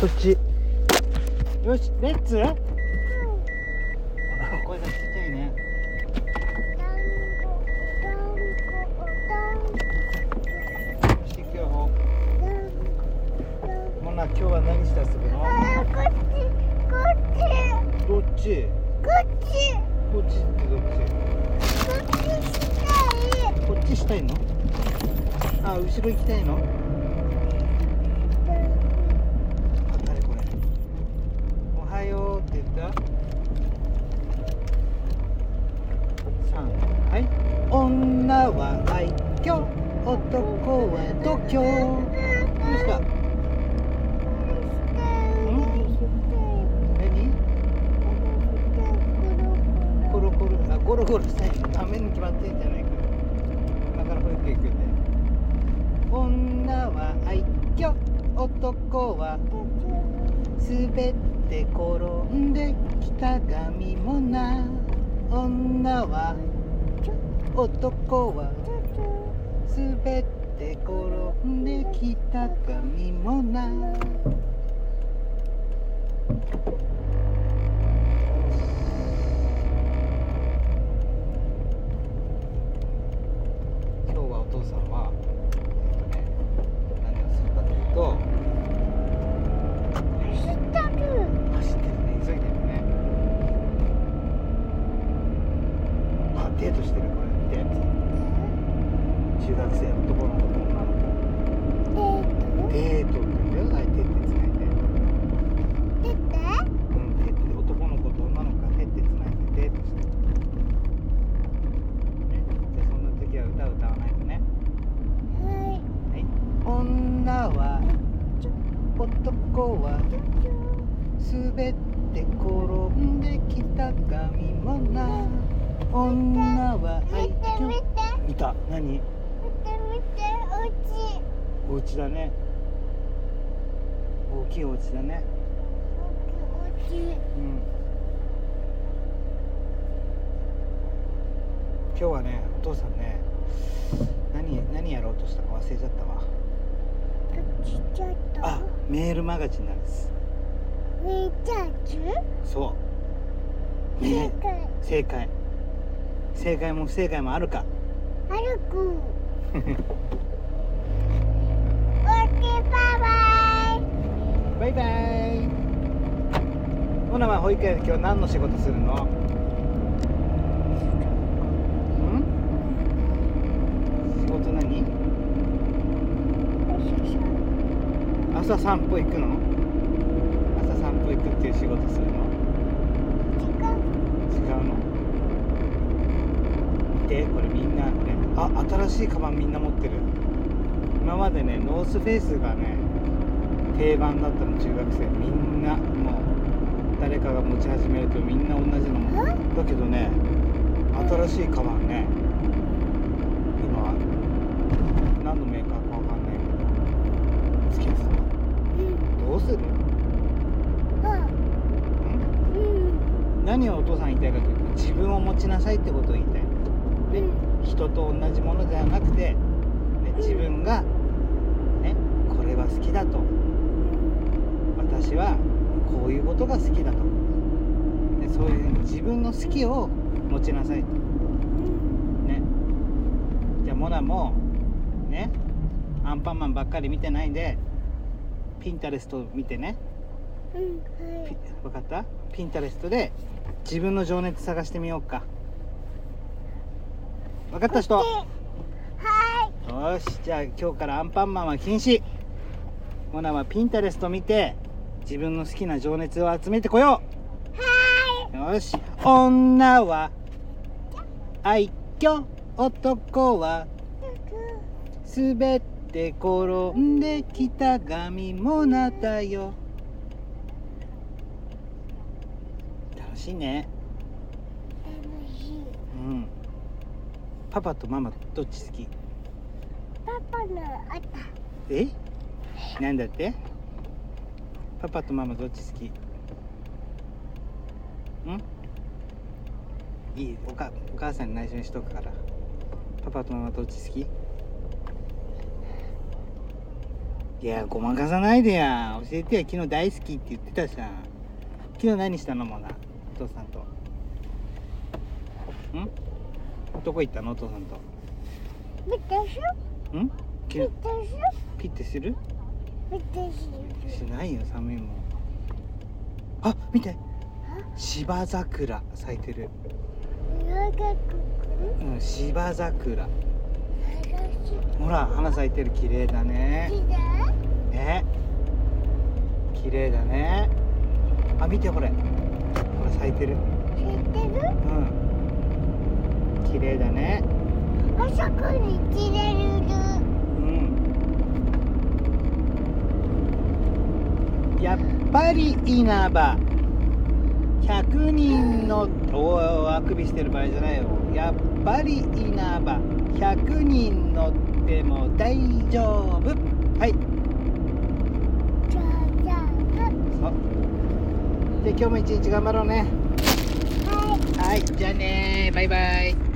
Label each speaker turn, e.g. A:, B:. A: そっちよしレッツあこれがちっちゃいねそして今日もモナ今日は何して遊ぶのどっちこっちってどっちこっちしたいのあ後ろ行きたいの誰これおはようって言った三はい女は愛嬌男は度胸どうした何コロコロあゴロゴロしたいのダメに決まってんじゃないか今から保育園行くんで女は愛嬌男は滑って転んできた髪もな女は男は滑って転んできた髪もな今日はお父さんは、えっとね、何をするかというと走ってるね急いでるねあデートしてるこれ見て中学生の男の子と女の子デートって言うんだよ大体手つないでうん手って男の子と女の子が手ってつないでデートしてるねでそんな時は歌を歌わないとねはい女は男は滑って転んできた髪もな女は愛嬌見た何お家だね大きいお家だねうん今日はねお父さんね何何やろうとしたか忘れちゃったわあメールマガジンなんですそうね正解正解も不正解もあるか バイバイモナは保育園で今日何の仕事するのん仕事何朝散歩行くの朝散歩行くっていう仕事するの違うの見てこれみんなこれあ新しいカバンみんな持ってる今までねノースフェイスがね定番だったの中学生みんなもう誰かが持ち始めるとみんな同じのもだけどね新しいカバンね今何のメーカーかわかんないけどつけてたのどうするん何をお父さん言いたいかというと自分を持ちなさいってことを言いたいね、人と同じものではなくて、ね、自分が、ね、これは好きだと私はこういうことが好きだと、ね、そういうふうに自分の好きを持ちなさいとねじゃあモナもねアンパンマンばっかり見てないでピンタレスト見てねピ分かったピンタレストで自分の情熱探してみようか分かった人よしじゃあ今日からアンパンマンは禁止モナはピンタレスト見て自分の好きな情熱を集めてこようよし女は愛嬌男は滑って転んできた髪もなだよ楽しいねうんパパとママどっち好きえなんだってパパとママどっち好きんいいおかお母さんに内緒にしとくからパパとママどっち好きいやごまかさないでや教えてや昨日大好きって言ってたじゃん昨日何したのもなお父さんとんどこ行ったのお父さんと
B: 私
A: ん昨日
B: 私
A: ピッてする
B: 私
A: しないよ寒いもんあ見て芝桜咲いてる
B: 長く
A: うん芝桜
B: 話し
A: ほら花咲いてる綺麗だね
B: て
A: ね綺麗だねあ見てこれほら咲いてる
B: 知ってる
A: うん綺麗だね
B: あそこに切れる
A: うんやっぱり稲葉100人のおあくびしてる場合じゃないよやっぱり稲葉100人乗っても大丈夫はい
B: じゃあじゃ
A: そうで今日も一日頑張ろうね
B: あはい
A: はいじゃあねバイバイ